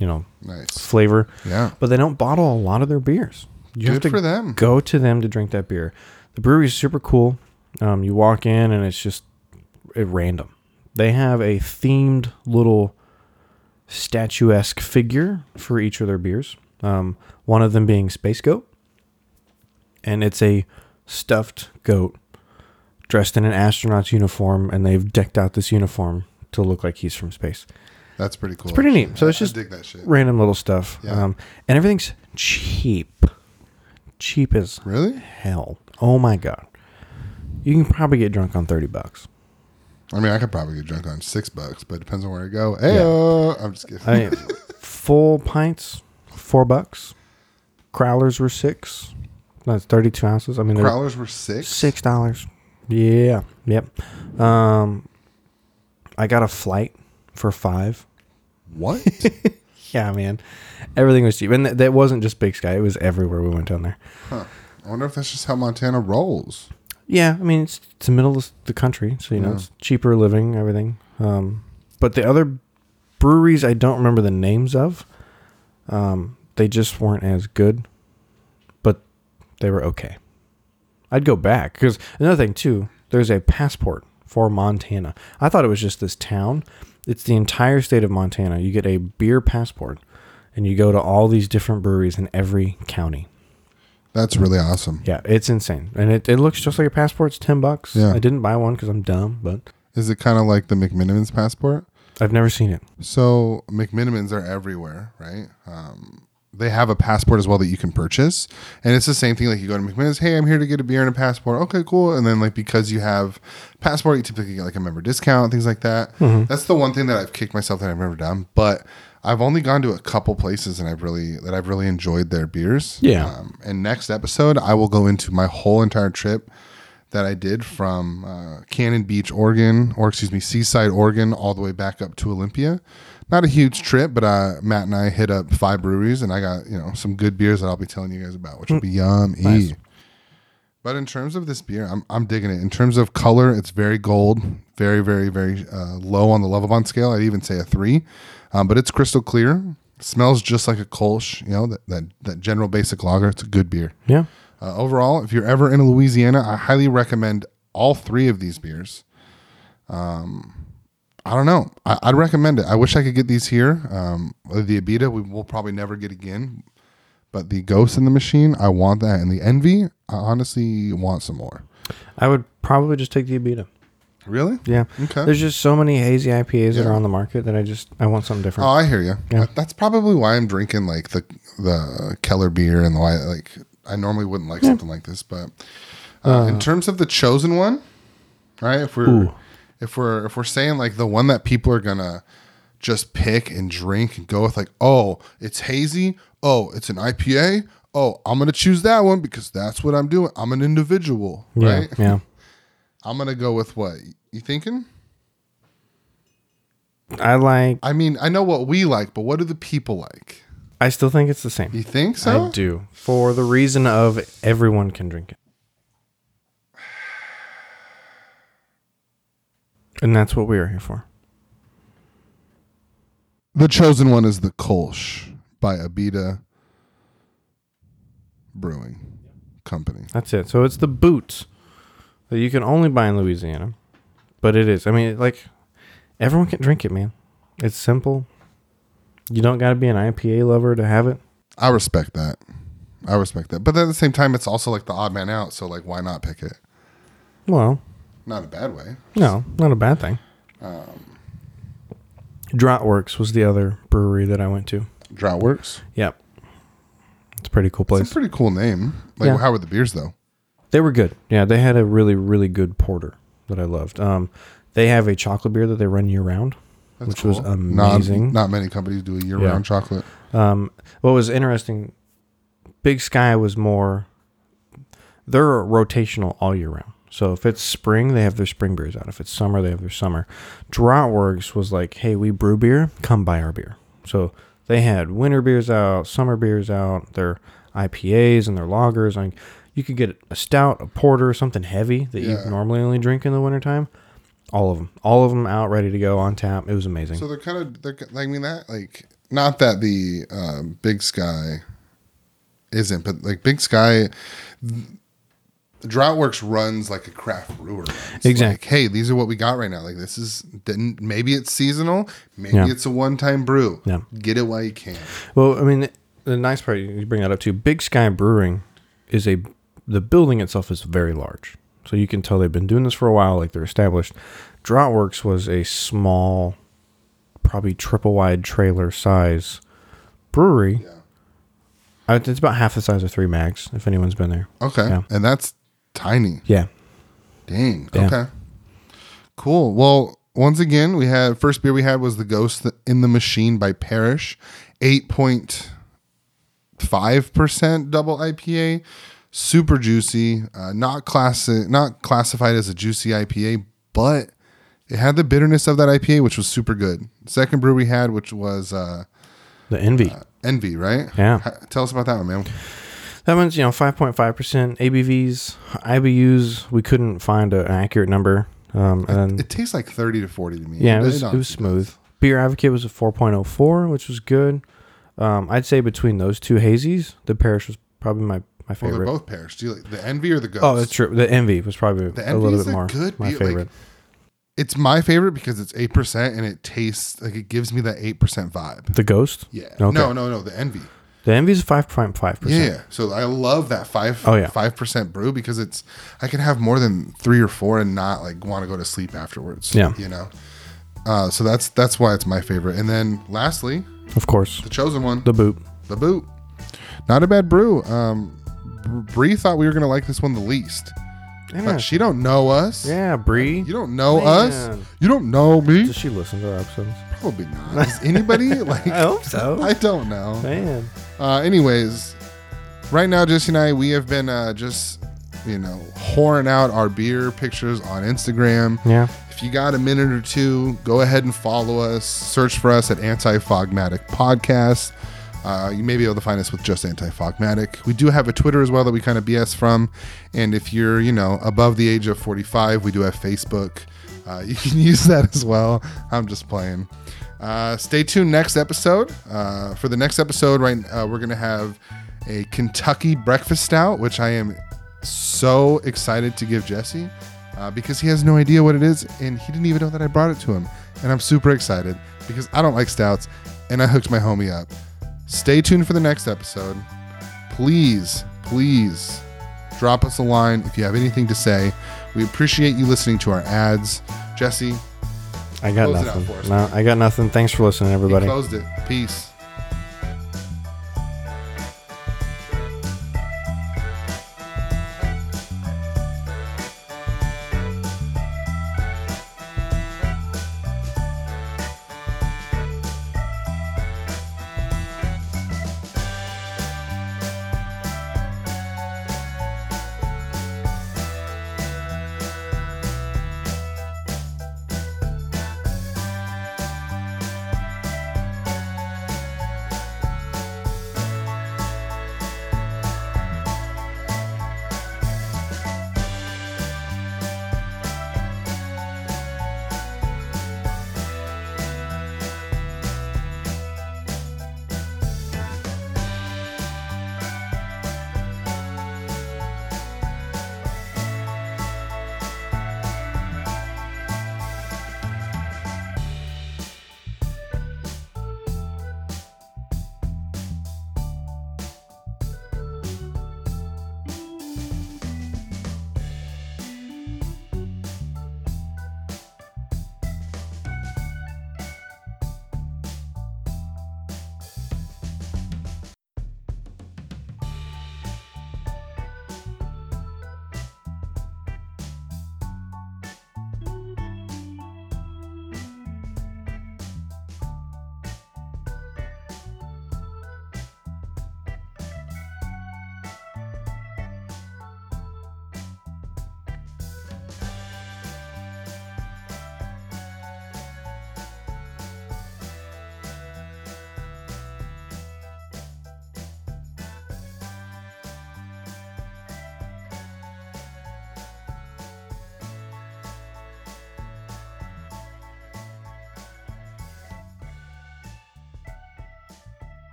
you know,
Nice.
flavor.
Yeah.
But they don't bottle a lot of their beers. You have
Good
to
for them.
go to them to drink that beer. The brewery is super cool. Um, you walk in and it's just at random. They have a themed little statuesque figure for each of their beers. Um, one of them being Space Goat, and it's a stuffed goat dressed in an astronaut's uniform, and they've decked out this uniform to look like he's from space.
That's pretty cool. It's
pretty neat. So it's just-
I dig that shit.
Random little stuff,
Yeah.
um, and everything's cheap, cheap as
Really?
hell. Oh my god. You can probably get drunk on 30 bucks.
I mean, I could probably get drunk on six bucks, but it depends on where I go. Ayo. I'm just kidding.
I mean, full pints, 4 bucks. Crowlers were 6. That's 32 ounces. I mean, they're
Crowlers were six.
$6. Yeah. Yep. Um I got a flight for 5.
What?
Yeah, man. Everything was cheap. And th- that wasn't just Big Sky. It was everywhere we went down there.
huh. I wonder if that's just how Montana rolls.
Yeah, I mean it's, it's the middle of the country, so you know
Yeah.
it's cheaper living, everything. Um, but the other breweries, I don't remember the names of. Um, They just weren't as good, but they were okay. I'd go back because another thing too. There's a passport for Montana. I thought it was just this town. It's the entire state of Montana. You get a beer passport, and you go to all these different breweries in every county.
That's really awesome.
Yeah, it's insane, and it, it looks just like a passport. It's ten bucks.
Yeah.
I didn't buy one because I'm dumb, but
Is it kind of like the McMinimins passport?
I've never seen it.
So McMinimins are everywhere, right? Um, they have a passport as well that you can purchase, and it's the same thing. Like you go to McMinimins, hey, I'm here to get a beer and a passport. Okay, cool. And then like because you have passport, you typically get like a member discount, things like that. That's the one thing that I've kicked myself that I've never done, but. I've only gone to a couple places and I've really that I've really enjoyed their beers.
Yeah.
Um, and next episode, I will go into my whole entire trip that I did from uh, Cannon Beach, Oregon, or excuse me, Seaside, Oregon, all the way back up to Olympia. Not a huge trip, but uh, Matt and I hit up five breweries, and I got you know some good beers that I'll be telling you guys about, which will be yummy. But in terms of this beer, I'm, I'm digging it. In terms of color, it's very gold, very, very, very uh, low on the Lovabond scale. I'd even say a three, um, but it's crystal clear. Smells just like a Kolsch, you know, that, that, that general basic lager. It's a good beer.
Yeah,
Uh, overall, if you're ever in Louisiana, I highly recommend all three of these beers. Um, I don't know. I, I'd recommend it. I wish I could get these here. Um, the Abita, we will probably never get again. But the Ghost in the Machine, I want that. And the Envy, I honestly want some more.
I would probably just take the Abita.
Really?
Yeah.
Okay.
There's just so many hazy IPAs that
Yeah.
are on the market that I just I want something
Oh,
different.
I hear you.
Yeah.
That's probably why I'm drinking like the the Keller beer and why like I normally wouldn't like something like this, but uh, in terms of the chosen one, right? If we're
Ooh.
if we're if we're saying like the one that people are gonna just pick and drink and go with, like oh it's hazy, oh it's an IPA, oh I'm gonna choose that one because that's what I'm doing. I'm an individual,
yeah,
Oh, right?
yeah.
I'm gonna go with what you thinking.
I like.
I mean, I know what we like, but what do the people like?
I still think it's the same.
You think so?
I do for the reason of everyone can drink it, and that's what we are here for.
The chosen one is the Kolsch by Abita Brewing Company.
That's it. So it's the boots that you can only buy in Louisiana, but it is. I mean, like everyone can drink it, man. It's simple. You don't got to be an IPA lover to have it.
I respect that. I respect that. But at the same time, it's also like the odd man out. So, like, why not pick it?
Well,
Not a bad way.
No, not a bad thing. Um, Droughtworks was the other brewery that I went to.
Drought Works.
Yep. It's a pretty cool
It's
place.
a pretty cool name. Like,
Yeah.
how are the beers, though?
they were good. Yeah, they had a really, really good porter that I loved. Um, they have a chocolate beer that they run year round, which was
cool. Not-
amazing.
Not, many companies do a year round chocolate.
Um, what was interesting, Big Sky was more. They're rotational all year round. So if it's spring, they have their spring beers out. If it's summer, they have their summer. Draughtworks was like, hey, we brew beer, come buy our beer. So they had winter beers out, summer beers out, their IPAs and their lagers. Like you could get a stout, a porter, something heavy that
Yeah.
you normally only drink in the wintertime. All of them, all of them out, ready to go on tap. It was amazing.
So, they're kind of, they're, I mean, that, like, not that the um, Big Sky isn't, but like, Big Sky. Drought Works runs like a craft brewer. It's
Exactly.
like, hey, these are what we got right now. Like this is didn't maybe it's seasonal, maybe
Yeah.
it's a one time brew.
Yeah.
Get it while you can.
Well, I mean, the nice part you bring that up too. Big Sky Brewing is a the building itself is very large, so you can tell they've been doing this for a while. Like they're established. Droughtworks was a small, probably triple wide trailer size brewery.
Yeah.
Uh, It's about half the size of Three Mags. If anyone's been there,
Okay.
Yeah.
And that's tiny.
yeah,
Dang.
Yeah.
Okay. Cool. Well, once again, we had first beer we had was the Ghost in the Machine by Parrish, eight point five percent double IPA, super juicy. Uh, not classic, not classified as a juicy IPA, but it had the bitterness of that IPA, which was super good. Second brew we had, which was uh,
the Envy.
Envy, right?
Yeah.
Uh, Ha- Tell us about that one, man.
That one's, you know, 5.5% ABVs, IBUs. We couldn't find a, an accurate number. Um, and
It tastes like thirty to forty to me.
Yeah, it was,
don't-
it oh was smooth. Beer Advocate was a 4.04, which was good. Um, I'd say between those two hazies, the parish was probably my, my
Well, they're
favorite.
both perished. Do you like the envy or the ghost?
oh, that's true. The envy was probably
The
a
Envy
little
is a
bit more
good
my
beer, like-
favorite.
It's my favorite because it's eight percent and it tastes like it gives me that eight percent vibe.
the ghost.
Yeah.
Okay.
No, no, no. The envy.
The envy is five point five
Yeah,
percent.
yeah. So I love that five
Oh, yeah.
five percent brew because it's I can have more than three or four and not like want to go to sleep afterwards.
Yeah.
You know. Uh, so that's that's why it's my favorite. And then lastly,
Of course,
the chosen one, the,
the boot.
boot. Not a bad brew. Um, Bree thought we were gonna like this one the least.
Yeah,
But she don't know us.
yeah Bree.
You don't know us.
Man.
You don't know me.
Does she listen to our episodes?
Probably not. Is anybody like?
I hope so.
I don't know.
Man,
Uh, anyways, right now, Jesse and I, we have been uh, just, you know, whoring out our beer pictures on Instagram.
yeah.
If you got a minute or two, go ahead and follow us. Search for us at Anti Fogmatic Podcast. Uh, you may be able to find us with just Anti Fogmatic. We do have a Twitter as well that we kind of BS from. And if you're, you know, above the age of 45, we do have Facebook. Uh, you can use that as well. I'm just playing. Uh, stay tuned next episode. Uh, for the next episode, right, uh, we're going to have a Kentucky breakfast stout, which I am so excited to give Jesse uh, because he has no idea what it is and he didn't even know that I brought it to him. And I'm super excited because I don't like stouts and I hooked my homie up. Stay tuned for the next episode. Please, please drop us a line if you have anything to say. We appreciate you listening to our ads. Jesse,
I got
Close it out
nothing.
for us.
No, I got nothing. Thanks for listening,
he
everybody.
closed it. Peace.